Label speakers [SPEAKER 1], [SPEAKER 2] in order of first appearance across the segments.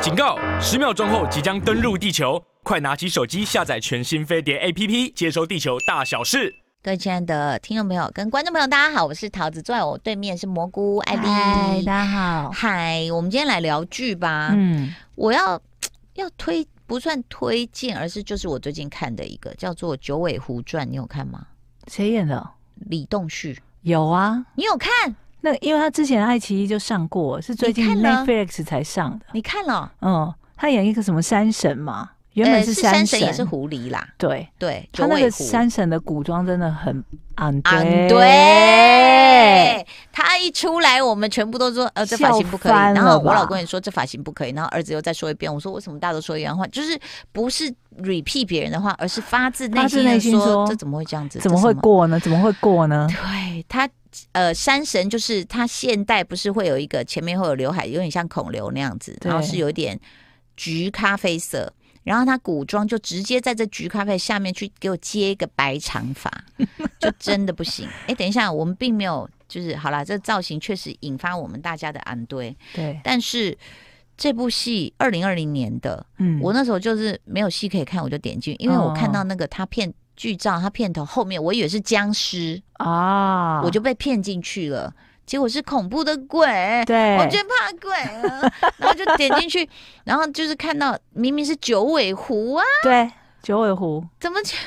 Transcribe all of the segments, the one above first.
[SPEAKER 1] 警告！十秒钟后即将登陆地球，快拿起手机下载全新飞碟 APP，接收地球大小事。
[SPEAKER 2] 各位亲爱的听众朋友跟观众朋友，大家好，我是桃子，坐在我对面是蘑菇艾丽。
[SPEAKER 3] 嗨，大家好。
[SPEAKER 2] 嗨，我们今天来聊剧吧。
[SPEAKER 3] 嗯，
[SPEAKER 2] 我要要推不算推荐，而是就是我最近看的一个叫做《九尾狐传》，你有看吗？
[SPEAKER 3] 谁演的？
[SPEAKER 2] 李栋旭，
[SPEAKER 3] 有啊，
[SPEAKER 2] 你有看？
[SPEAKER 3] 那因为他之前爱奇艺就上过，是最近
[SPEAKER 2] 你看了
[SPEAKER 3] Netflix 才上的。
[SPEAKER 2] 你看了？
[SPEAKER 3] 嗯，他演一个什么山神嘛，原本是
[SPEAKER 2] 呃山
[SPEAKER 3] 山神，
[SPEAKER 2] 神也是狐狸啦，
[SPEAKER 3] 对，
[SPEAKER 2] 对，
[SPEAKER 3] 他
[SPEAKER 2] 九
[SPEAKER 3] 那
[SPEAKER 2] 尾
[SPEAKER 3] 个
[SPEAKER 2] 狐。
[SPEAKER 3] 山神的古装真的很昂
[SPEAKER 2] 啊，
[SPEAKER 3] 贵，
[SPEAKER 2] 对，他一出来，我们全部都说，呃，这发型不可以。
[SPEAKER 3] 笑翻了
[SPEAKER 2] 然后我
[SPEAKER 3] 吧
[SPEAKER 2] 老公也说这发型不可以，然后儿子又再说一遍，我说为什么大家都说一样话，就是不是 repeat 别人的话，而是发自内
[SPEAKER 3] 发
[SPEAKER 2] 心的
[SPEAKER 3] 自内心
[SPEAKER 2] 说，
[SPEAKER 3] 说
[SPEAKER 2] 这怎么会这样子？
[SPEAKER 3] 怎么
[SPEAKER 2] 这
[SPEAKER 3] 会过呢？怎么会过呢？
[SPEAKER 2] 对他，呃，山神就是他现代不是会有一个前面会有刘海，有点像孔刘那样子，
[SPEAKER 3] 对
[SPEAKER 2] 然后是有一点橘咖啡色。然后他古装就直接在这橘咖啡下面去给我接一个白长发，就真的不行。哎，等一下，我们并没有就是好啦，这造型确实引发我们大家的安堆，
[SPEAKER 3] 对，
[SPEAKER 2] 但是这部戏二零二零年的，
[SPEAKER 3] 嗯，哦
[SPEAKER 2] 我那时候就是没有戏可以看，我就点进去，因为我看到那个他片剧照，他片头后面我以为是僵尸，
[SPEAKER 3] 啊，
[SPEAKER 2] 我就被骗进去了，结果是恐怖的鬼，
[SPEAKER 3] 对，
[SPEAKER 2] 我最怕鬼了， 然后就点进去，然后就是看到明明是九尾狐啊，
[SPEAKER 3] 对九尾狐，
[SPEAKER 2] 怎么讲？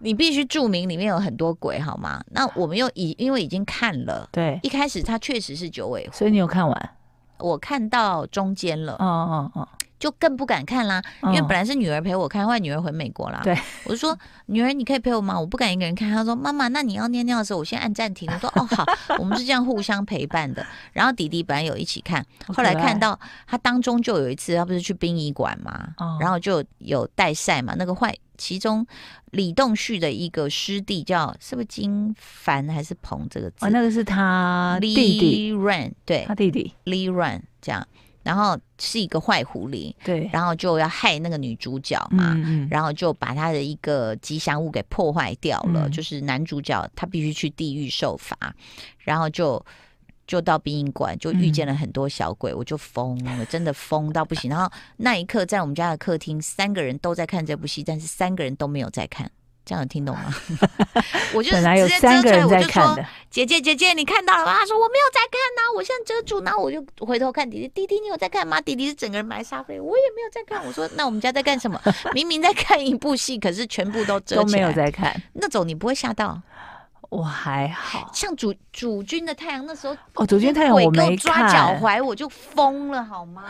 [SPEAKER 2] 你必须注明里面有很多鬼好吗？那我们又已因为已经看了，
[SPEAKER 3] 对，
[SPEAKER 2] 一开始它确实是九尾狐，
[SPEAKER 3] 所以你有看完？
[SPEAKER 2] 我看到中间了，
[SPEAKER 3] 嗯嗯嗯
[SPEAKER 2] 就更不敢看啦，因
[SPEAKER 3] 嗯，
[SPEAKER 2] 为本来是女儿陪我看，后来女儿回美国啦，
[SPEAKER 3] 对，
[SPEAKER 2] 我就说女儿，你可以陪我吗？我不敢一个人看。她说妈妈，那你要尿尿的时候，我先按暂停。我说哦 好，我们是这样互相陪伴的。然后弟弟本来有一起看，
[SPEAKER 3] 好
[SPEAKER 2] 后
[SPEAKER 3] 可爱
[SPEAKER 2] 来看到他当中就有一次，他不是去殡仪馆嘛，
[SPEAKER 3] 哦
[SPEAKER 2] 然后就有带赛嘛，那个坏。其中李栋旭的一个师弟叫是不是金凡还是鹏这个字？
[SPEAKER 3] 哦，那个是他弟弟，
[SPEAKER 2] Lee Run 对
[SPEAKER 3] 他弟弟，
[SPEAKER 2] Lee Run 这样，然后是一个坏狐狸，
[SPEAKER 3] 对，
[SPEAKER 2] 然后就要害那个女主角嘛，
[SPEAKER 3] 嗯嗯，
[SPEAKER 2] 然后就把他的一个吉祥物给破坏掉了，
[SPEAKER 3] 嗯
[SPEAKER 2] 就是男主角他必须去地狱受罚，然后就就到殡仪馆，就遇见
[SPEAKER 3] 嗯
[SPEAKER 2] 了很多小鬼，我就疯了，真的疯到不行。然后那一刻在我们家的客厅，三个人都在看这部戏，但是三个人都没有在看。这样有听懂吗？ 我就
[SPEAKER 3] 本来有
[SPEAKER 2] 直接遮
[SPEAKER 3] 三
[SPEAKER 2] 出
[SPEAKER 3] 个
[SPEAKER 2] 来
[SPEAKER 3] 人
[SPEAKER 2] 我
[SPEAKER 3] 在
[SPEAKER 2] 就
[SPEAKER 3] 看
[SPEAKER 2] 说
[SPEAKER 3] 的，
[SPEAKER 2] 姐姐姐姐，你看到了吗？他说我没有在看呐、我现在遮住，然
[SPEAKER 3] 嗯
[SPEAKER 2] 后我就回头看弟弟，弟弟你有在看吗？弟弟是整个人埋沙飞，我也没有在看。我说那我们家在干什么？ 明明在看一部戏，可是全部都遮起
[SPEAKER 3] 都
[SPEAKER 2] 来。
[SPEAKER 3] 没有在看，
[SPEAKER 2] 那种你不会吓到，
[SPEAKER 3] 我还好。
[SPEAKER 2] 像主主君的太阳那时候，
[SPEAKER 3] 哦，左肩太阳
[SPEAKER 2] 鬼
[SPEAKER 3] 我
[SPEAKER 2] 给
[SPEAKER 3] 没
[SPEAKER 2] 抓脚
[SPEAKER 3] 看，
[SPEAKER 2] 踝，我就疯了好 吗？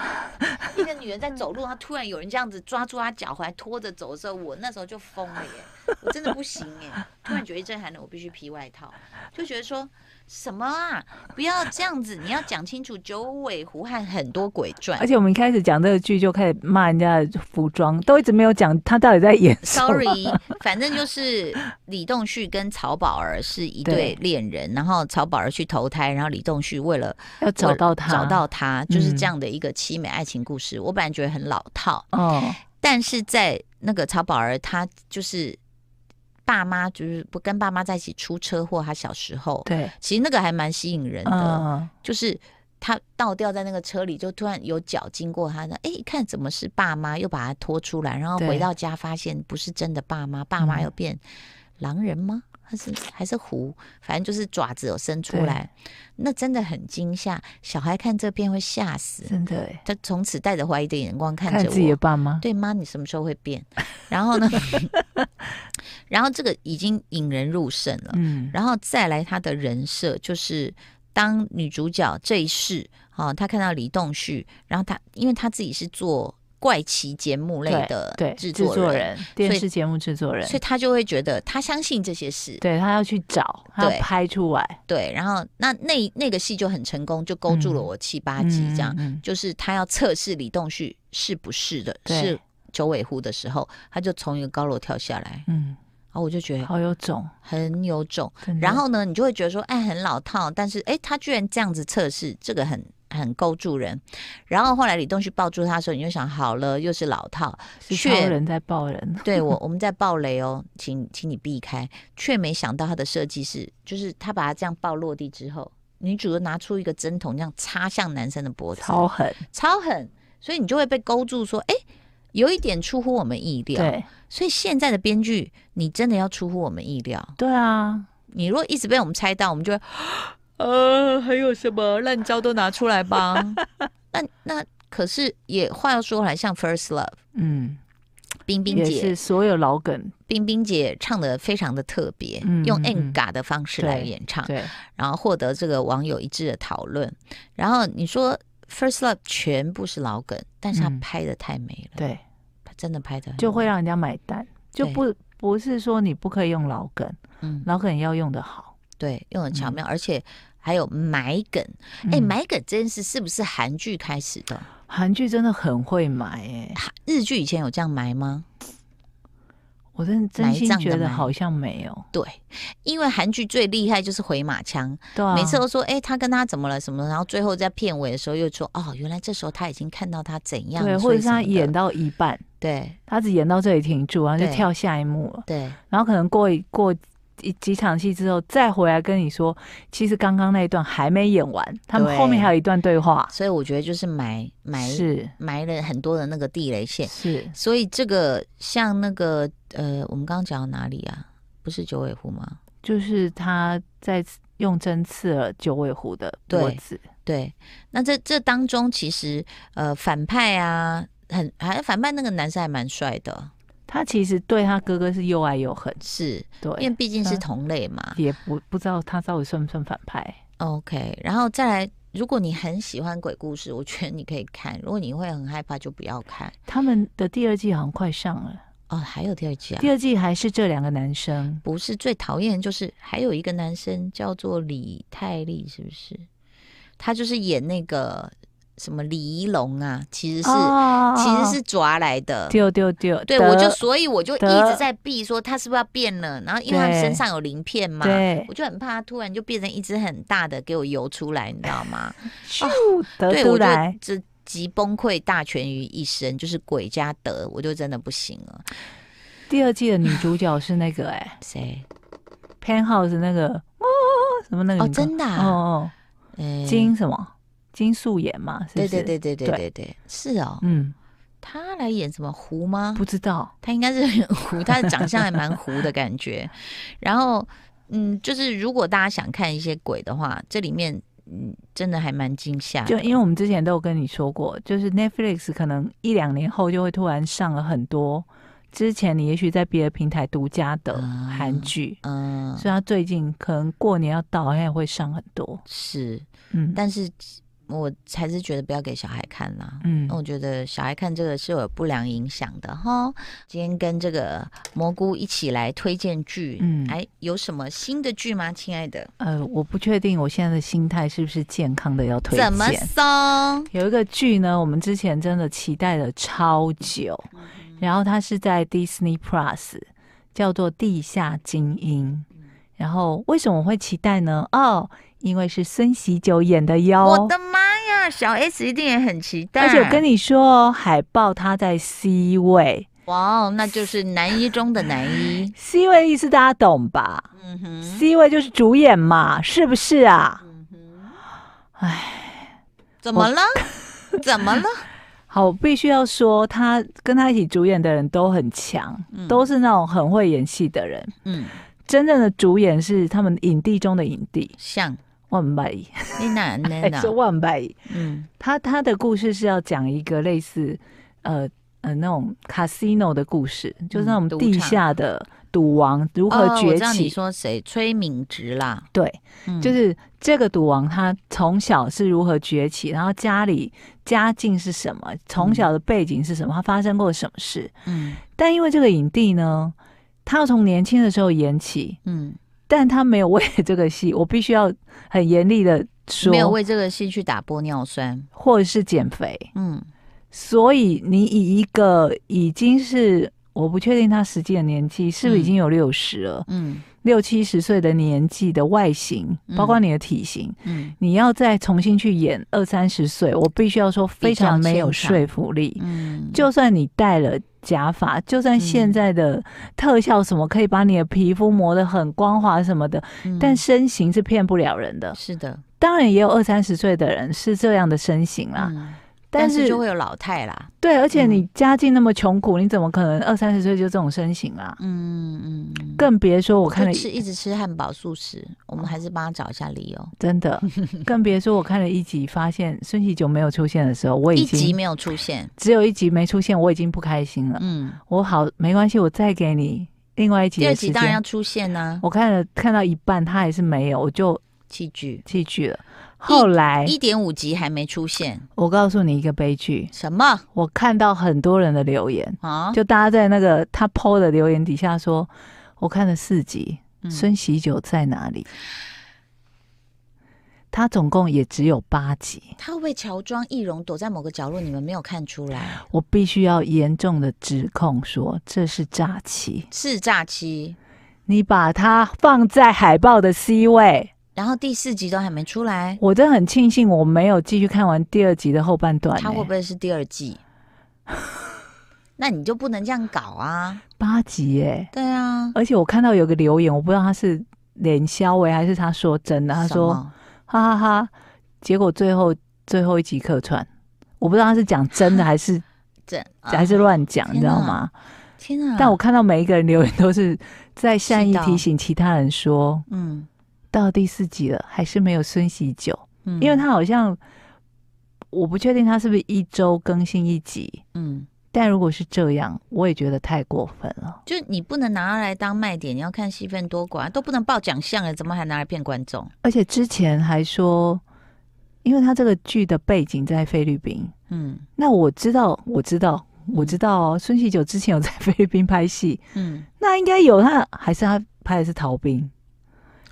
[SPEAKER 2] 一个女人在走路，她突然有人这样子抓住她脚踝拖着走的时候，我那时候就疯了耶！我真的不行耶！突然觉得一阵寒冷，我必须披外套，就觉得说什么啊，不要这样子，你要讲清楚九尾狐和很多鬼传
[SPEAKER 3] 而。且我们一开始讲这个剧就开始骂人家的服装，都一直没有讲他到底在演什么。
[SPEAKER 2] Sorry，反正就是李栋旭跟曹宝儿是一对
[SPEAKER 3] 对
[SPEAKER 2] 恋人，然后曹宝儿去投胎，然后李栋旭为了
[SPEAKER 3] 要找到他，
[SPEAKER 2] 找到他，就是这
[SPEAKER 3] 嗯
[SPEAKER 2] 样的一个凄美爱情故事。我本来觉得很老套，
[SPEAKER 3] 哦，
[SPEAKER 2] 但是在那个曹宝儿，他就是爸妈就是不跟爸妈在一起出车祸，他小时候，
[SPEAKER 3] 对，
[SPEAKER 2] 其实那个还蛮吸引人的，
[SPEAKER 3] 嗯，
[SPEAKER 2] 就是。他倒掉在那个车里，就突然有脚经过他的，哎，一看怎么是爸妈，又把他拖出来，然后
[SPEAKER 3] 对
[SPEAKER 2] 回到家发现不是真的爸妈，爸妈
[SPEAKER 3] 嗯
[SPEAKER 2] 又变狼人吗？还是还是狐？反正就是爪子有伸出
[SPEAKER 3] 对
[SPEAKER 2] 来，那真的很惊吓，小孩看这片会吓死，
[SPEAKER 3] 真的耶，
[SPEAKER 2] 他从此带着怀疑的眼光看
[SPEAKER 3] 看
[SPEAKER 2] 着
[SPEAKER 3] 自己
[SPEAKER 2] 我
[SPEAKER 3] 的。爸妈，
[SPEAKER 2] 对妈，你什么时候会变？然后 呢？然后这个已经引人入胜了。
[SPEAKER 3] 嗯，
[SPEAKER 2] 然后再来她的人设，就是当女主角这一世，啊，她看到李栋旭，然后她因为她自己是做怪奇节目类的
[SPEAKER 3] 对，
[SPEAKER 2] 制
[SPEAKER 3] 制
[SPEAKER 2] 作
[SPEAKER 3] 作
[SPEAKER 2] 人，
[SPEAKER 3] 人，电视节目制作人
[SPEAKER 2] 所以，她就会觉得她相信这些事，
[SPEAKER 3] 对他要去找，他
[SPEAKER 2] 对
[SPEAKER 3] 要拍出来，
[SPEAKER 2] 对。然后那那那个戏就很成功，就勾住了
[SPEAKER 3] 嗯
[SPEAKER 2] 我七八集这样。
[SPEAKER 3] 嗯，嗯嗯
[SPEAKER 2] 就是他要测试李栋旭是不是的，
[SPEAKER 3] 对
[SPEAKER 2] 是九尾狐的时候，他就从一个高楼跳下来，然后我就觉
[SPEAKER 3] 嗯，
[SPEAKER 2] 得
[SPEAKER 3] 好有种，
[SPEAKER 2] 很有种。
[SPEAKER 3] 真的
[SPEAKER 2] 然后呢，你就会觉得说，哎，很老套，但是哎，他居然这样子测试，这个很很勾住人。然后后来李栋旭抱住他的时候，你就想，好了，又是老套，
[SPEAKER 3] 是
[SPEAKER 2] 却
[SPEAKER 3] 超人在抱人，
[SPEAKER 2] 对 我，我们在爆雷哦，请请你避开。却没想到他的设计是，就是他把他这样抱落地之后，女主又拿出一个针筒，这样插向男生的脖子，
[SPEAKER 3] 超狠，
[SPEAKER 2] 超狠。所以你就会被勾住，说，哎、有一点出乎我们意料。
[SPEAKER 3] 对
[SPEAKER 2] 所以现在的编剧，你真的要出乎我们意料。
[SPEAKER 3] 对啊，
[SPEAKER 2] 你如果一直被我们猜到，我们就会， 呃，还有什么烂招都拿出来 吧。那那可是也话又说回来，像 First Love，
[SPEAKER 3] 嗯，
[SPEAKER 2] 冰冰
[SPEAKER 3] 也是
[SPEAKER 2] 姐，
[SPEAKER 3] 所有老梗，
[SPEAKER 2] 冰冰姐唱的非常的特别，
[SPEAKER 3] 嗯
[SPEAKER 2] 用
[SPEAKER 3] 嗯嗯
[SPEAKER 2] N 嘎的方式来
[SPEAKER 3] 对
[SPEAKER 2] 演唱，
[SPEAKER 3] 对，
[SPEAKER 2] 然后获得这个网友一致的讨论。然后你说 First Love 全部是老梗，但是他
[SPEAKER 3] 嗯
[SPEAKER 2] 拍的太美了，
[SPEAKER 3] 对，
[SPEAKER 2] 他真的拍的
[SPEAKER 3] 就会让人家买单，就
[SPEAKER 2] 对
[SPEAKER 3] 不不是说你不可以用老梗，
[SPEAKER 2] 嗯
[SPEAKER 3] 老梗要用的好。
[SPEAKER 2] 对用很巧
[SPEAKER 3] 嗯
[SPEAKER 2] 妙，而且还有埋梗。哎、
[SPEAKER 3] 嗯
[SPEAKER 2] 埋梗这件事是不是韩剧开始的？
[SPEAKER 3] 韩剧真的很会买哎，
[SPEAKER 2] 韩日剧以前有这样埋吗？
[SPEAKER 3] 我真的真
[SPEAKER 2] 埋
[SPEAKER 3] 心
[SPEAKER 2] 葬的
[SPEAKER 3] 觉得
[SPEAKER 2] 埋
[SPEAKER 3] 好像没有，
[SPEAKER 2] 对，因为韩剧最厉害就是回马枪，
[SPEAKER 3] 对啊，
[SPEAKER 2] 每次都说哎、他跟他怎么了什么的，然后最后在片尾的时候又说哦，原来这时候他已经看到他怎样，
[SPEAKER 3] 对，
[SPEAKER 2] 所
[SPEAKER 3] 或
[SPEAKER 2] 以
[SPEAKER 3] 者是
[SPEAKER 2] 什
[SPEAKER 3] 他
[SPEAKER 2] 么的
[SPEAKER 3] 演到一半，
[SPEAKER 2] 对
[SPEAKER 3] 他只演到这里停住，然后就
[SPEAKER 2] 对
[SPEAKER 3] 跳下一幕了，
[SPEAKER 2] 对
[SPEAKER 3] 然后可能过一过一几场戏之后再回来跟你说，其实刚刚那一段还没演完，他们
[SPEAKER 2] 对
[SPEAKER 3] 后面还有一段对话，
[SPEAKER 2] 所以我觉得就是埋埋
[SPEAKER 3] 是
[SPEAKER 2] 埋了很多的那个地雷线，
[SPEAKER 3] 是，
[SPEAKER 2] 所以这个像那个呃，我们刚刚讲到哪里啊？不是九尾狐吗？
[SPEAKER 3] 就是他在用针刺了九尾狐的脖
[SPEAKER 2] 对
[SPEAKER 3] 子，
[SPEAKER 2] 对，那这这当中其实呃，反派啊，很还反派那个男生还蛮帅的，
[SPEAKER 3] 他其实对他哥哥是又爱又恨，
[SPEAKER 2] 是因为
[SPEAKER 3] 对，嗯
[SPEAKER 2] 毕竟是
[SPEAKER 3] 他
[SPEAKER 2] 同类嘛。
[SPEAKER 3] 也不不知道他到底算不算反派，
[SPEAKER 2] OK，然后再来，如果你很喜欢鬼故事，我觉得你可以看；如果你会很害怕，就不要看。
[SPEAKER 3] 他们的第二季好像快上了，
[SPEAKER 2] 哦，还有第二季啊
[SPEAKER 3] 第，二季还是这两个男生，
[SPEAKER 2] 不是最讨厌的就是还有一个男生叫做李泰利，是不是？他就是演那个什么李仪龙啊，其实是、
[SPEAKER 3] 哦
[SPEAKER 2] 其实是抓来的。
[SPEAKER 3] 丢丢丢，
[SPEAKER 2] 对，
[SPEAKER 3] 得
[SPEAKER 2] 我就所以我就一
[SPEAKER 3] 得
[SPEAKER 2] 直在避说他是不是要变了，然后因为他们
[SPEAKER 3] 对
[SPEAKER 2] 身上有鳞片嘛，
[SPEAKER 3] 对
[SPEAKER 2] 我就很怕他突然就变成一只很大的给我游出来，你知道吗？
[SPEAKER 3] 咻
[SPEAKER 2] 哦对，
[SPEAKER 3] 得出
[SPEAKER 2] 我就
[SPEAKER 3] 来，
[SPEAKER 2] 这集崩溃大全于一身，就是鬼加德，我就真的不行了。
[SPEAKER 3] 第二季的女主角是那个哎
[SPEAKER 2] 谁？
[SPEAKER 3] ，Penthouse 那个哦什么那个
[SPEAKER 2] 哦，
[SPEAKER 3] 女的
[SPEAKER 2] 真的、
[SPEAKER 3] 哦
[SPEAKER 2] 啊？
[SPEAKER 3] 哦，
[SPEAKER 2] 嗯
[SPEAKER 3] 金什么金素妍嘛，是不
[SPEAKER 2] 对
[SPEAKER 3] 是
[SPEAKER 2] 对对对对
[SPEAKER 3] 对
[SPEAKER 2] 对对，是哦。
[SPEAKER 3] 嗯，
[SPEAKER 2] 他来演什么狐吗？
[SPEAKER 3] 不知道
[SPEAKER 2] 他应该是 很糊，他的长相还蛮糊的感觉。然后，嗯，就是如果大家想看一些鬼的话，这里面嗯真的还蛮惊吓的。
[SPEAKER 3] 就因为我们之前都有跟你说过，就是 Netflix 可能一两年后就会突然上了很多之前你也许在别的平台独家的
[SPEAKER 2] 啊
[SPEAKER 3] 韩剧，
[SPEAKER 2] 嗯
[SPEAKER 3] 所以它最近可能过年要到，好像也会上很多。
[SPEAKER 2] 是，
[SPEAKER 3] 嗯，
[SPEAKER 2] 但是我还是觉得不要给小孩看啦。
[SPEAKER 3] 嗯
[SPEAKER 2] 那我觉得小孩看这个是有不良影响的哈。今天跟这个蘑菇一起来推荐剧，
[SPEAKER 3] 嗯
[SPEAKER 2] 哎，有什么新的剧吗，亲爱的？
[SPEAKER 3] 呃，我不确定我现在的心态是不是健康的要推荐。
[SPEAKER 2] 怎么松？
[SPEAKER 3] 有一个剧呢，我们之前真的期待了超久，
[SPEAKER 2] 嗯
[SPEAKER 3] 然后它是在 Disney Plus，叫做《地下精
[SPEAKER 2] 嗯
[SPEAKER 3] 英》。然后为什么我会期待呢？哦，因为是孙喜九演的
[SPEAKER 2] 我
[SPEAKER 3] 哟。
[SPEAKER 2] 的妈呀，小 S 一定也很期待。
[SPEAKER 3] 而且我跟
[SPEAKER 2] 你
[SPEAKER 3] 你说哦，海报它在 C 位。
[SPEAKER 2] 哇哦，那就是男一中的男一
[SPEAKER 3] ，C 位的意思大家懂吧、
[SPEAKER 2] 嗯哼，
[SPEAKER 3] c 位就是主演嘛，是不是啊？
[SPEAKER 2] 嗯哼，
[SPEAKER 3] 唉，
[SPEAKER 2] 怎么了？怎么了？
[SPEAKER 3] 好，我必须要说，他跟他一起主演的人都很强，
[SPEAKER 2] 嗯
[SPEAKER 3] 都是那种很会演戏的人。
[SPEAKER 2] 嗯，
[SPEAKER 3] 真正的主演是他们影帝中的影帝
[SPEAKER 2] 像
[SPEAKER 3] 万百亿，
[SPEAKER 2] 你哪那
[SPEAKER 3] 还
[SPEAKER 2] 哪
[SPEAKER 3] 是？万百亿。
[SPEAKER 2] 嗯
[SPEAKER 3] 他他的故事是要讲一个类似呃呃那种 casino 的故事，就是那种
[SPEAKER 2] 嗯赌
[SPEAKER 3] 地
[SPEAKER 2] 场
[SPEAKER 3] 下的赌王如何
[SPEAKER 2] 哦我
[SPEAKER 3] 崛
[SPEAKER 2] 知道你
[SPEAKER 3] 起。
[SPEAKER 2] 说谁，崔敏植啦，
[SPEAKER 3] 对，
[SPEAKER 2] 嗯
[SPEAKER 3] 就是这个赌王他从小是如何崛起，然后家里家境是什么，从小的背景是什么，他发生过什么事。
[SPEAKER 2] 嗯
[SPEAKER 3] 但因为这个影帝呢，他要从年轻的时候演起，
[SPEAKER 2] 嗯，
[SPEAKER 3] 但他没有为了这个戏，我 必须要很严厉的说，
[SPEAKER 2] 没有为这个戏去打玻尿酸，
[SPEAKER 3] 或者是减肥。
[SPEAKER 2] 嗯
[SPEAKER 3] 所以你以一个已经是我不确定他实际的年纪是不是已经有六十了，
[SPEAKER 2] 嗯
[SPEAKER 3] 六七十岁的年纪的外形，
[SPEAKER 2] 嗯
[SPEAKER 3] 包括你的体型，
[SPEAKER 2] 嗯
[SPEAKER 3] 你要再重新去演二三十岁，我必须要说非常没有
[SPEAKER 2] 比较牵
[SPEAKER 3] 说服力。
[SPEAKER 2] 嗯，
[SPEAKER 3] 就算你戴了假发，就算现在的特效什么可以把你的皮肤磨得很光滑什么的，
[SPEAKER 2] 嗯
[SPEAKER 3] 但身形是骗不了人的。
[SPEAKER 2] 是的
[SPEAKER 3] 当然也有二三十岁的人是这样的身形啦，
[SPEAKER 2] 嗯但
[SPEAKER 3] 啊但
[SPEAKER 2] 是
[SPEAKER 3] 是
[SPEAKER 2] 就会有老态啦。
[SPEAKER 3] 对，而且
[SPEAKER 2] 嗯
[SPEAKER 3] 你家境那么穷苦，你怎么可能二三十岁就这种身形啊？
[SPEAKER 2] 嗯嗯，
[SPEAKER 3] 更别说我
[SPEAKER 2] 我
[SPEAKER 3] 看了
[SPEAKER 2] 吃一直吃汉堡素食，我们还是帮他找一下理由。
[SPEAKER 3] 真的，更别说我看了一集，发现孙喜九没有出现的时候，我已
[SPEAKER 2] 一集
[SPEAKER 3] 经
[SPEAKER 2] 没有出现，
[SPEAKER 3] 只有一集没出现，我已经不开心了。
[SPEAKER 2] 嗯，
[SPEAKER 3] 我好没关系，我再给你另外一集
[SPEAKER 2] 第二
[SPEAKER 3] 的
[SPEAKER 2] 集
[SPEAKER 3] 时
[SPEAKER 2] 当然要
[SPEAKER 3] 间。
[SPEAKER 2] 出现呐、
[SPEAKER 3] 我看了看到一半，他还是没有，我就
[SPEAKER 2] 器具
[SPEAKER 3] 弃剧了。后来
[SPEAKER 2] 一点五集还没出现，
[SPEAKER 3] 我告诉你一个悲剧，
[SPEAKER 2] 什么
[SPEAKER 3] 我看到很多人的留言，
[SPEAKER 2] 啊？
[SPEAKER 3] 就大家在那个他 PO 的留言底下说，我看了四集，
[SPEAKER 2] 嗯
[SPEAKER 3] 孙喜九在哪里？他总共也只有八集，
[SPEAKER 2] 他会不会乔装易容，躲在某个角落？你们没有看出来？
[SPEAKER 3] 我必须要严重的指控说这是诈欺。
[SPEAKER 2] 是诈欺，
[SPEAKER 3] 你把它放在海报的 C 位，
[SPEAKER 2] 然后第四集都还没出来，
[SPEAKER 3] 我真的很庆幸我没有继续看完第二集的后半段、欸。
[SPEAKER 2] 他会不会是第二 季？那你就不能这样搞啊！
[SPEAKER 3] 八集耶、
[SPEAKER 2] 对啊，
[SPEAKER 3] 而且我看到有个留言，我不知道他是脸消维还是他说真的，他
[SPEAKER 2] 什
[SPEAKER 3] 说
[SPEAKER 2] 么
[SPEAKER 3] 哈哈哈，结果最后最后一集客串，我不知道他是讲真的还 是
[SPEAKER 2] 这
[SPEAKER 3] 还是乱讲，
[SPEAKER 2] 啊
[SPEAKER 3] 你
[SPEAKER 2] 天
[SPEAKER 3] 知道
[SPEAKER 2] 哪
[SPEAKER 3] 吗？
[SPEAKER 2] 天啊！
[SPEAKER 3] 但我看到每一个人留言都是在善意
[SPEAKER 2] 知道
[SPEAKER 3] 提醒其他人说，
[SPEAKER 2] 嗯
[SPEAKER 3] 到第四集了还是没有孙喜九，
[SPEAKER 2] 嗯，
[SPEAKER 3] 因为他好像我不确定他是不是一周更新一集，
[SPEAKER 2] 嗯，
[SPEAKER 3] 但如果是这样，我也觉得太过分了。
[SPEAKER 2] 就你不能拿它来当卖点，你要看戏份多寡，都不能报奖项了，怎么还拿来骗观众？
[SPEAKER 3] 而且之前还说，因为他这个剧的背景在菲律宾，
[SPEAKER 2] 嗯
[SPEAKER 3] 那我知道，我知道，我知道哦。孙喜九之前有在菲律宾拍戏，
[SPEAKER 2] 嗯，
[SPEAKER 3] 那应该有他，还是他拍的是逃兵？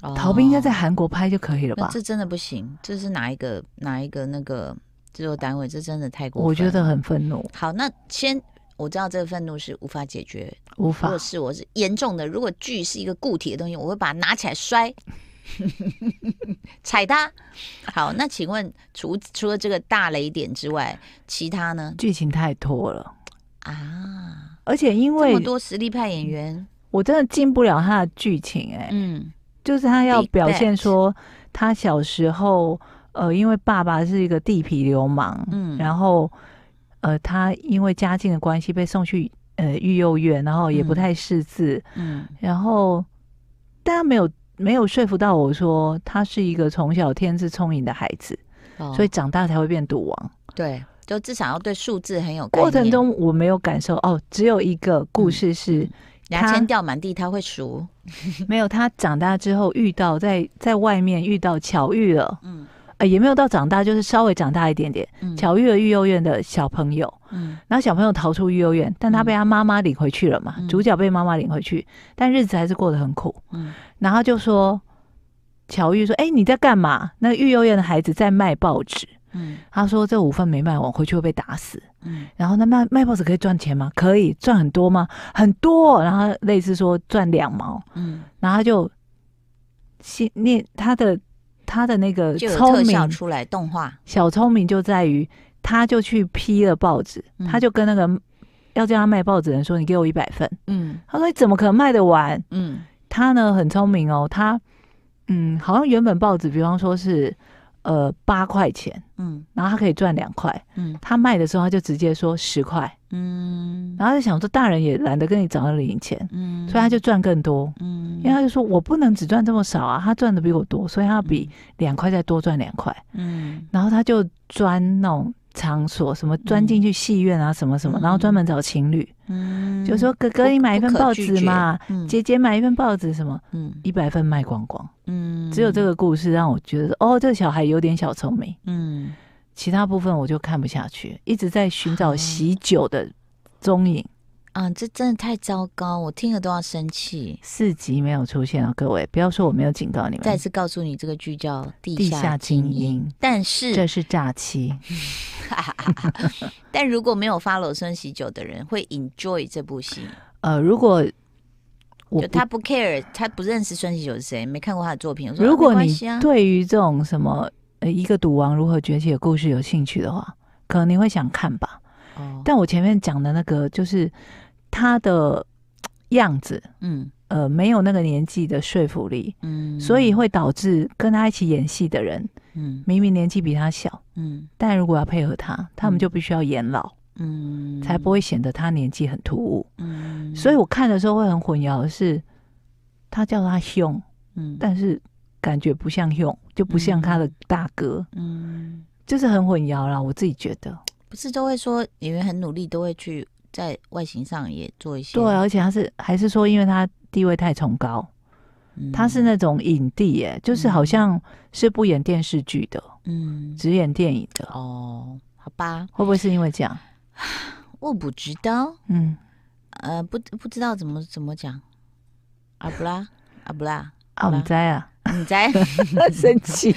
[SPEAKER 2] 哦
[SPEAKER 3] 逃兵应该在韩国拍就可以了
[SPEAKER 2] 那
[SPEAKER 3] 吧？
[SPEAKER 2] 这真的不行，这是哪一个哪一个那个制作单位？这真的太过分。
[SPEAKER 3] 我觉得很愤怒，
[SPEAKER 2] 好，那先我知道这个愤怒是无法解决，
[SPEAKER 3] 无
[SPEAKER 2] 如
[SPEAKER 3] 法
[SPEAKER 2] 果。是我是严重的，如果剧是一个固体的东西，我会把它拿起来摔，踩它。好，那请问除除了这个大雷点之外，其他呢？
[SPEAKER 3] 剧情太拖了，
[SPEAKER 2] 啊，
[SPEAKER 3] 而且因
[SPEAKER 2] 这
[SPEAKER 3] 为
[SPEAKER 2] 么多实力派演员，
[SPEAKER 3] 我真的进不了他的剧情、哎、
[SPEAKER 2] 嗯
[SPEAKER 3] 就是他要
[SPEAKER 2] Big
[SPEAKER 3] 表现
[SPEAKER 2] Bad
[SPEAKER 3] 说他小时候，呃，因为爸爸是一个地痞流氓，
[SPEAKER 2] 嗯
[SPEAKER 3] 然后呃，他因为家境的关系被送去呃育幼院，然后也
[SPEAKER 2] 嗯
[SPEAKER 3] 不太识字，
[SPEAKER 2] 嗯
[SPEAKER 3] 然后，但他没有没有说服到我说他是一个从小天资聪颖的孩子，
[SPEAKER 2] 哦
[SPEAKER 3] 所以长大才会变赌王。
[SPEAKER 2] 对，就至少要对数字很有概念嗯
[SPEAKER 3] 过程，中我没有感受哦，只有一个故事是、
[SPEAKER 2] 牙
[SPEAKER 3] 他
[SPEAKER 2] 签掉满地他会数，
[SPEAKER 3] 没有他长大之后遇到在在外面遇到巧遇了，
[SPEAKER 2] 嗯
[SPEAKER 3] 呃，也没有到长大，就是稍微长大一点点，
[SPEAKER 2] 嗯
[SPEAKER 3] 巧遇了育幼院的小朋友，
[SPEAKER 2] 嗯
[SPEAKER 3] 然后小朋友逃出育幼院，但他被他妈妈领回去了嘛，
[SPEAKER 2] 嗯
[SPEAKER 3] 主角被妈妈领回去，但日子还是过得很苦。
[SPEAKER 2] 嗯
[SPEAKER 3] 然后就说乔玉说：“哎、你在干嘛？”那个育幼院的孩子在卖报纸。
[SPEAKER 2] 嗯
[SPEAKER 3] 他说：“这午饭没卖完，回去会被打死。
[SPEAKER 2] 嗯”
[SPEAKER 3] 然后那卖卖报纸可以赚钱吗？可以，赚很多吗？很多哦。然后类似说赚两毛，
[SPEAKER 2] 嗯，
[SPEAKER 3] 然后他就心念他的他的那个
[SPEAKER 2] 就有特
[SPEAKER 3] 聪
[SPEAKER 2] 效
[SPEAKER 3] 明
[SPEAKER 2] 出来动画，
[SPEAKER 3] 小聪明就在于，他就去批了报纸，
[SPEAKER 2] 嗯
[SPEAKER 3] 他就跟那个要叫他卖报纸的人说：“你给我一百份。
[SPEAKER 2] 嗯”
[SPEAKER 3] 他说：“你哎怎么可能卖得完？”
[SPEAKER 2] 嗯
[SPEAKER 3] 他呢很聪明哦，他嗯，好像原本报纸，比方说是呃八块钱，
[SPEAKER 2] 嗯
[SPEAKER 3] 然后他可以赚两块，
[SPEAKER 2] 嗯
[SPEAKER 3] 他卖的时候他就直接说十块，
[SPEAKER 2] 嗯
[SPEAKER 3] 然后他就想说大人也懒得跟你找那零钱，
[SPEAKER 2] 嗯，
[SPEAKER 3] 所以他就赚更多。
[SPEAKER 2] 嗯，
[SPEAKER 3] 因为他就说我不能只赚这么少啊，他赚的比我多，所以他要比两块再多赚两块。
[SPEAKER 2] 嗯
[SPEAKER 3] 然后他就钻那种场所，什么钻进去戏院啊，什么什么，
[SPEAKER 2] 嗯
[SPEAKER 3] 然后专门找情侣，
[SPEAKER 2] 嗯，
[SPEAKER 3] 就说哥哥
[SPEAKER 2] 不
[SPEAKER 3] 你买一
[SPEAKER 2] 不
[SPEAKER 3] 份
[SPEAKER 2] 可
[SPEAKER 3] 报
[SPEAKER 2] 拒
[SPEAKER 3] 纸
[SPEAKER 2] 绝
[SPEAKER 3] 嘛，
[SPEAKER 2] 嗯
[SPEAKER 3] 姐姐买一份报纸什么，
[SPEAKER 2] 嗯
[SPEAKER 3] 一百份卖光光。
[SPEAKER 2] 嗯，
[SPEAKER 3] 只有这个故事让我觉得，哦，这个小孩有点小聪明，
[SPEAKER 2] 嗯
[SPEAKER 3] 其他部分我就看不下去，一直在寻找喜酒的踪影。
[SPEAKER 2] 啊，这真的太糟糕，我听了都要生气。
[SPEAKER 3] 四集没有出现啊，各位，不要说我没有警告你
[SPEAKER 2] 再
[SPEAKER 3] 们。
[SPEAKER 2] 次告诉你，这个剧叫《地
[SPEAKER 3] 地
[SPEAKER 2] 下
[SPEAKER 3] 下
[SPEAKER 2] 精
[SPEAKER 3] 精
[SPEAKER 2] 英》，
[SPEAKER 3] 英，
[SPEAKER 2] 但是
[SPEAKER 3] 这是诈欺。
[SPEAKER 2] 但如果没有 follow 孙喜九的人，会 enjoy 这部戏。
[SPEAKER 3] 呃，如果我
[SPEAKER 2] 就
[SPEAKER 3] 不
[SPEAKER 2] 他不 care，他不认识孙喜九是谁，没看过他的作品。我说
[SPEAKER 3] 如
[SPEAKER 2] 啊
[SPEAKER 3] 果
[SPEAKER 2] 没关
[SPEAKER 3] 你
[SPEAKER 2] 系啊，
[SPEAKER 3] 对于这种什么呃一个赌王如何崛起的故事有兴趣的话，可能你会想看吧。
[SPEAKER 2] 哦
[SPEAKER 3] 但我前面讲的那个就是他的样子，
[SPEAKER 2] 嗯
[SPEAKER 3] 呃没有那个年纪的说服力，
[SPEAKER 2] 嗯
[SPEAKER 3] 所以会导致跟他一起演戏的人
[SPEAKER 2] 嗯
[SPEAKER 3] 明明年纪比他小，
[SPEAKER 2] 嗯
[SPEAKER 3] 但如果要配合他，他
[SPEAKER 2] 嗯
[SPEAKER 3] 们就必须要演老，
[SPEAKER 2] 嗯
[SPEAKER 3] 才不会显得他年纪很突兀。
[SPEAKER 2] 嗯，
[SPEAKER 3] 所以我看的时候会很混淆的是，他叫他兄，
[SPEAKER 2] 嗯
[SPEAKER 3] 但是感觉不像兄，就不像他的大哥，
[SPEAKER 2] 嗯。
[SPEAKER 3] 就是很混淆啦。我自己觉得，
[SPEAKER 2] 不是都会说演员很努力，都会去在外形上也做一些。
[SPEAKER 3] 对，啊而且他是还是说，因为他地位太崇高，
[SPEAKER 2] 嗯
[SPEAKER 3] 他是，那种影帝耶、就是好像是不演电视剧的，
[SPEAKER 2] 嗯，
[SPEAKER 3] 只演电影的，
[SPEAKER 2] 哦，好吧，
[SPEAKER 3] 会不会是因为这样？
[SPEAKER 2] 我不知道，
[SPEAKER 3] 嗯，
[SPEAKER 2] 呃，不不知道怎么怎么讲，阿布拉，阿布拉，
[SPEAKER 3] 啊，我们在 啊，
[SPEAKER 2] 你在
[SPEAKER 3] 生气，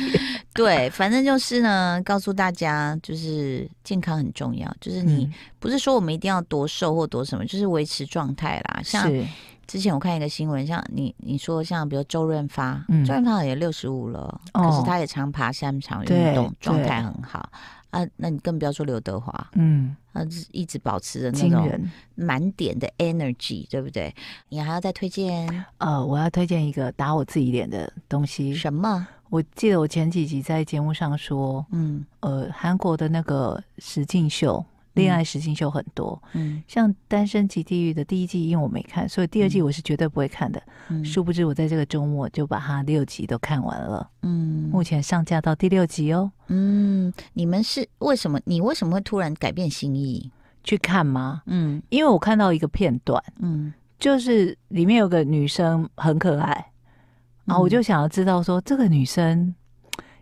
[SPEAKER 2] 对，反正就是呢，告诉大家，就是健康很重要，就是你、
[SPEAKER 3] 嗯
[SPEAKER 2] 不是说我们一定要多瘦或多什么，就是维持状态啦。像
[SPEAKER 3] 是，
[SPEAKER 2] 之前我看一个新闻，像你你说像比如周润发，
[SPEAKER 3] 嗯
[SPEAKER 2] 周润发好像也六十五了，
[SPEAKER 3] 哦
[SPEAKER 2] 可是他也常爬山、常运
[SPEAKER 3] 对
[SPEAKER 2] 动，状
[SPEAKER 3] 对
[SPEAKER 2] 态很好啊。那你更不要说刘德华，
[SPEAKER 3] 嗯，
[SPEAKER 2] 他是一直保持着那
[SPEAKER 3] 惊
[SPEAKER 2] 种
[SPEAKER 3] 人。
[SPEAKER 2] 满点的 energy，对不对？你还要再推荐
[SPEAKER 3] 呃，我要推荐一个打我自己脸的东西。
[SPEAKER 2] 什么？
[SPEAKER 3] 我记得我前几集在节目上说，
[SPEAKER 2] 嗯
[SPEAKER 3] 呃，韩国的那个实境秀，恋爱实境秀很多，
[SPEAKER 2] 嗯
[SPEAKER 3] 像《单身即地狱》的第一季，因为我没看，所以第二季我是绝对不会看的。
[SPEAKER 2] 嗯
[SPEAKER 3] 殊不知我在这个周末就把它六集都看完了，
[SPEAKER 2] 嗯
[SPEAKER 3] 目前上架到第六集哦。
[SPEAKER 2] 嗯，你们是为什么？你为什么会突然改变心意？
[SPEAKER 3] 去看吗？
[SPEAKER 2] 嗯
[SPEAKER 3] 因为我看到一个片段，
[SPEAKER 2] 嗯
[SPEAKER 3] 就是里面有个女生很可爱，然后我
[SPEAKER 2] 嗯
[SPEAKER 3] 就想要知道说这个女生，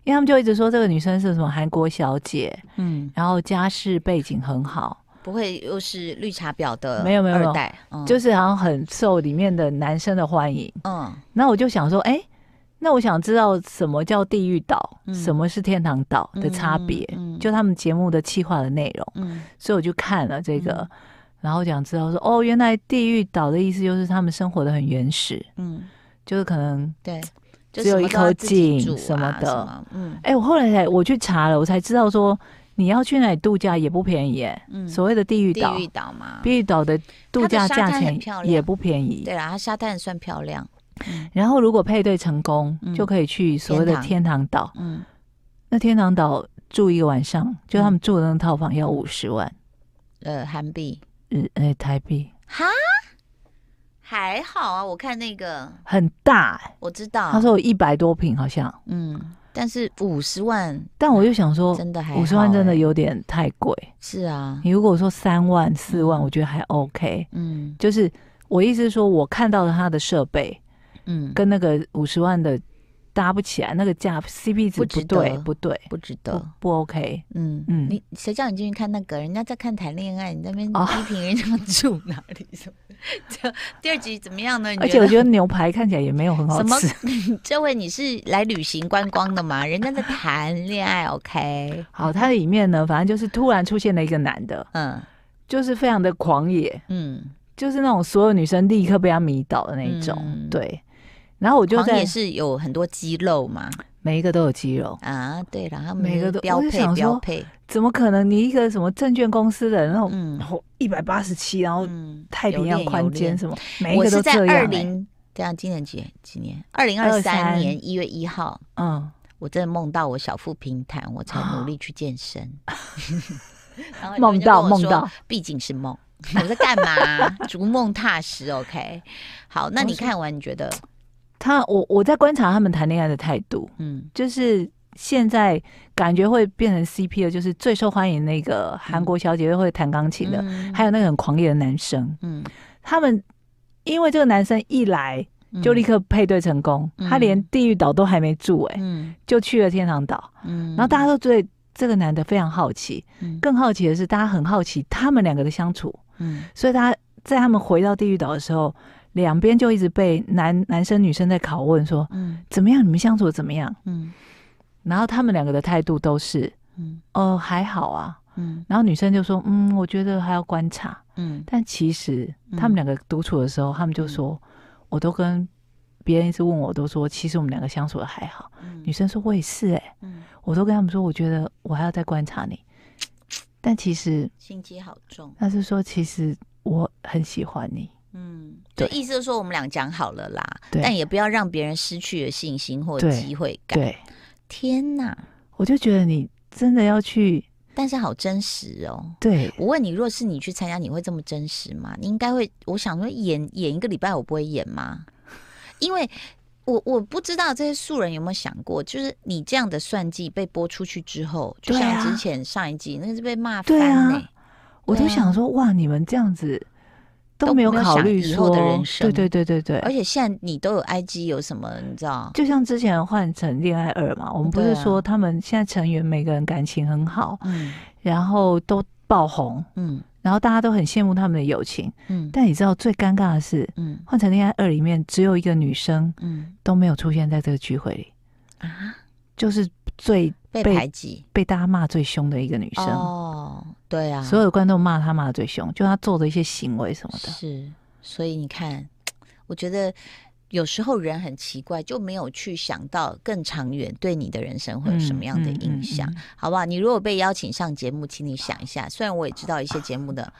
[SPEAKER 3] 因为他们就一直说这个女生是什么韩国小姐，
[SPEAKER 2] 嗯，
[SPEAKER 3] 然后家世背景很好，
[SPEAKER 2] 不会又是绿茶婊的
[SPEAKER 3] 没有没有没有
[SPEAKER 2] 二代，嗯
[SPEAKER 3] 就是好像很受里面的男生的欢迎。
[SPEAKER 2] 嗯
[SPEAKER 3] 那我就想说，哎、那我想知道什么叫地狱岛，
[SPEAKER 2] 嗯
[SPEAKER 3] 什么是天堂岛的差别，
[SPEAKER 2] 嗯嗯
[SPEAKER 3] 就他们节目的企划的内容，
[SPEAKER 2] 嗯
[SPEAKER 3] 所以我就看了这个，
[SPEAKER 2] 嗯
[SPEAKER 3] 然后想知道说，哦，原来地狱岛的意思就是他们生活的很原始，
[SPEAKER 2] 嗯，
[SPEAKER 3] 就是可能，
[SPEAKER 2] 对，就
[SPEAKER 3] 只有
[SPEAKER 2] 什么
[SPEAKER 3] 一
[SPEAKER 2] 都要
[SPEAKER 3] 颗
[SPEAKER 2] 自己
[SPEAKER 3] 井
[SPEAKER 2] 煮
[SPEAKER 3] 什么
[SPEAKER 2] 啊
[SPEAKER 3] 的
[SPEAKER 2] 么嗯
[SPEAKER 3] 哎、我后来才我去查了，我才知道说，你要去那里度假也不便宜耶，
[SPEAKER 2] 嗯，
[SPEAKER 3] 所谓的地狱
[SPEAKER 2] 地
[SPEAKER 3] 岛，
[SPEAKER 2] 狱岛嘛，
[SPEAKER 3] 地狱岛的度
[SPEAKER 2] 它的沙
[SPEAKER 3] 假价
[SPEAKER 2] 滩很
[SPEAKER 3] 钱
[SPEAKER 2] 漂亮
[SPEAKER 3] 也不便宜，
[SPEAKER 2] 对啦，它沙滩算漂亮，
[SPEAKER 3] 然后如果配对成功，
[SPEAKER 2] 嗯
[SPEAKER 3] 就可以去所谓的
[SPEAKER 2] 天堂
[SPEAKER 3] 天堂岛。
[SPEAKER 2] 嗯，
[SPEAKER 3] 那天堂岛住一个晚上，就他们住的那套房要五十万
[SPEAKER 2] 呃，韩币
[SPEAKER 3] 日呃台币，
[SPEAKER 2] 哈。还好啊，我看那个
[SPEAKER 3] 很大、欸。
[SPEAKER 2] 我知道，
[SPEAKER 3] 他说有一百多平好像，
[SPEAKER 2] 嗯，但是五十万
[SPEAKER 3] 但我就想说，
[SPEAKER 2] 真的还好
[SPEAKER 3] 哦五十万真的
[SPEAKER 2] 欸
[SPEAKER 3] 有点太贵。
[SPEAKER 2] 是啊，
[SPEAKER 3] 你如果说三万、四万，
[SPEAKER 2] 嗯
[SPEAKER 3] 我觉得还 OK。
[SPEAKER 2] 嗯
[SPEAKER 3] 就是我意思是说，我看到了他的设备
[SPEAKER 2] 嗯，
[SPEAKER 3] 跟那个五十万的搭不起来，那个价 CP
[SPEAKER 2] 不
[SPEAKER 3] 值不
[SPEAKER 2] 值
[SPEAKER 3] 对，
[SPEAKER 2] 得
[SPEAKER 3] 不对，
[SPEAKER 2] 不值
[SPEAKER 3] 不
[SPEAKER 2] 得。
[SPEAKER 3] 不 OK。
[SPEAKER 2] 嗯嗯，
[SPEAKER 3] 哦嗯
[SPEAKER 2] 你谁叫你进去看那个？人家在看谈恋爱，你在那边
[SPEAKER 3] 哦
[SPEAKER 2] 批评人家住哪里什么？ 这第二集怎么样呢？你
[SPEAKER 3] 而且我觉得牛排看起来也没有很好
[SPEAKER 2] 什么
[SPEAKER 3] 吃。
[SPEAKER 2] 这位你是来旅行观光的吗？人家在谈恋爱，OK？
[SPEAKER 3] 好，它里面呢，反正就是突然出现了一个男的，
[SPEAKER 2] 嗯
[SPEAKER 3] 就是非常的狂野，
[SPEAKER 2] 嗯，
[SPEAKER 3] 就是那种所有女生立刻被他迷倒的那一种。
[SPEAKER 2] 嗯
[SPEAKER 3] 对，然后我就
[SPEAKER 2] 就
[SPEAKER 3] 在
[SPEAKER 2] 也是有很多肌肉嘛。
[SPEAKER 3] 每一个都有肌肉，
[SPEAKER 2] 啊，对了，他们
[SPEAKER 3] 每个都
[SPEAKER 2] 标
[SPEAKER 3] 我就
[SPEAKER 2] 配
[SPEAKER 3] 想
[SPEAKER 2] 标
[SPEAKER 3] 说
[SPEAKER 2] 配，
[SPEAKER 3] 怎么可能？你一个什么证券公司的人，然后、
[SPEAKER 2] 嗯
[SPEAKER 3] 然后一百八十七，然后
[SPEAKER 2] 嗯，
[SPEAKER 3] 哦太平洋宽肩什么，每一
[SPEAKER 2] 我
[SPEAKER 3] 个
[SPEAKER 2] 是
[SPEAKER 3] 都
[SPEAKER 2] 在
[SPEAKER 3] 这
[SPEAKER 2] 二
[SPEAKER 3] 样、欸。
[SPEAKER 2] 零，对啊，今年几几年？二零二三
[SPEAKER 3] 23
[SPEAKER 2] 年一月一号，
[SPEAKER 3] 嗯，
[SPEAKER 2] 我真的梦到我小腹平坦，我才努力去健 身。然后很多人
[SPEAKER 3] 梦
[SPEAKER 2] 就跟
[SPEAKER 3] 到
[SPEAKER 2] 我
[SPEAKER 3] 梦
[SPEAKER 2] 说
[SPEAKER 3] 到，，
[SPEAKER 2] 毕竟是梦。 我在干嘛？逐梦踏实，OK。好，那
[SPEAKER 3] 我
[SPEAKER 2] 你
[SPEAKER 3] 哦是
[SPEAKER 2] 看完你觉得，
[SPEAKER 3] 他我我在观察他们谈恋爱的态度，
[SPEAKER 2] 嗯
[SPEAKER 3] 就是。现在感觉会变成 CP 的，就是最受欢迎那个韩国小姐会弹钢琴的，
[SPEAKER 2] 嗯
[SPEAKER 3] 还有那个很狂野的男生，
[SPEAKER 2] 嗯，
[SPEAKER 3] 他们因为这个男生一来
[SPEAKER 2] 嗯
[SPEAKER 3] 就立，刻配对成功，
[SPEAKER 2] 嗯
[SPEAKER 3] 他连地狱岛都还没住、哎、
[SPEAKER 2] 嗯
[SPEAKER 3] 就去了天堂岛。
[SPEAKER 2] 嗯
[SPEAKER 3] 然后大家都对这个男的非常好奇，
[SPEAKER 2] 嗯
[SPEAKER 3] 更好奇的是，大家很好奇他们两个的相处，
[SPEAKER 2] 嗯
[SPEAKER 3] 所以他在他们回到地狱岛的时候，两边就一直被男男生女生在拷问说
[SPEAKER 2] 嗯
[SPEAKER 3] 怎么样，你们相处得怎么样？
[SPEAKER 2] 嗯
[SPEAKER 3] 然后他们两个的态度都是，
[SPEAKER 2] 嗯
[SPEAKER 3] 哦、还好啊。
[SPEAKER 2] 嗯
[SPEAKER 3] 然后女生就说，嗯，我觉得还要观察。
[SPEAKER 2] 嗯
[SPEAKER 3] 但其实
[SPEAKER 2] 嗯
[SPEAKER 3] 他们两个独处的时候，他们就说，我都跟别人一直问我，都说其实我们两个相处的还好。女生说我也是哎、
[SPEAKER 2] 嗯，
[SPEAKER 3] 我都跟他们说，我觉得我还要再观察你。但其实
[SPEAKER 2] 心机好重，
[SPEAKER 3] 他是说，其实我很喜欢你，
[SPEAKER 2] 嗯，就
[SPEAKER 3] 对
[SPEAKER 2] 意思就是说我们俩讲好了啦，
[SPEAKER 3] 对
[SPEAKER 2] 但也不要让别人失去了信心或
[SPEAKER 3] 对
[SPEAKER 2] 机会感。
[SPEAKER 3] 对，
[SPEAKER 2] 天哪！
[SPEAKER 3] 我就觉得你真的要去
[SPEAKER 2] 但是好真实哦。
[SPEAKER 3] 对
[SPEAKER 2] 我问你，若是你去参加，你会这么真实吗？你应该会，我想说演演一个礼拜，我不会演 吗？因为我我不知道这些素人有没有想过，就是你这样的算计被播出去之后，就
[SPEAKER 3] 对
[SPEAKER 2] 像
[SPEAKER 3] 啊
[SPEAKER 2] 之前上一集、那个是被骂翻
[SPEAKER 3] 对啊
[SPEAKER 2] 呢、
[SPEAKER 3] 我
[SPEAKER 2] 对
[SPEAKER 3] 都
[SPEAKER 2] 啊
[SPEAKER 3] 想说，哇，你们这样子
[SPEAKER 2] 都
[SPEAKER 3] 都没有
[SPEAKER 2] 没有
[SPEAKER 3] 考
[SPEAKER 2] 想
[SPEAKER 3] 虑
[SPEAKER 2] 以后
[SPEAKER 3] 说，
[SPEAKER 2] 的人生
[SPEAKER 3] 对对对对
[SPEAKER 2] 而
[SPEAKER 3] 对，
[SPEAKER 2] 且现在你都有 IG，有什么你知道？
[SPEAKER 3] 就像之前换成恋爱二嘛，我们不
[SPEAKER 2] 对
[SPEAKER 3] 是
[SPEAKER 2] 啊
[SPEAKER 3] 说他们现在成员每个人感情很好，
[SPEAKER 2] 嗯
[SPEAKER 3] 然后都爆红，
[SPEAKER 2] 嗯
[SPEAKER 3] 然后大家都很羡慕他们的友情。
[SPEAKER 2] 嗯
[SPEAKER 3] 但你知道最尴尬的是，
[SPEAKER 2] 嗯
[SPEAKER 3] 《换成恋爱二》里面只有一个女生
[SPEAKER 2] 嗯
[SPEAKER 3] 都没有出现在这个聚会里，
[SPEAKER 2] 啊，
[SPEAKER 3] 就是最
[SPEAKER 2] 被
[SPEAKER 3] 被
[SPEAKER 2] 排挤
[SPEAKER 3] 被大家骂最凶的一个女生。
[SPEAKER 2] 哦，对啊，
[SPEAKER 3] 所有观众骂她骂的最凶，就她做的一些行为什么的。
[SPEAKER 2] 是，所以你看，我觉得有时候人很奇怪，就没有去想到更长远对你的人生会有什么样的影响，
[SPEAKER 3] 嗯嗯嗯
[SPEAKER 2] 好不好？你如果被邀请上节目，请你想一下。虽然我也知道一些节目的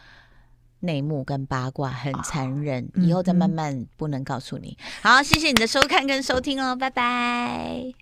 [SPEAKER 2] 内幕跟八卦很残忍，以后再慢
[SPEAKER 3] 嗯哼
[SPEAKER 2] 慢不能告诉你。好，谢谢你的收看跟收听哦，拜拜。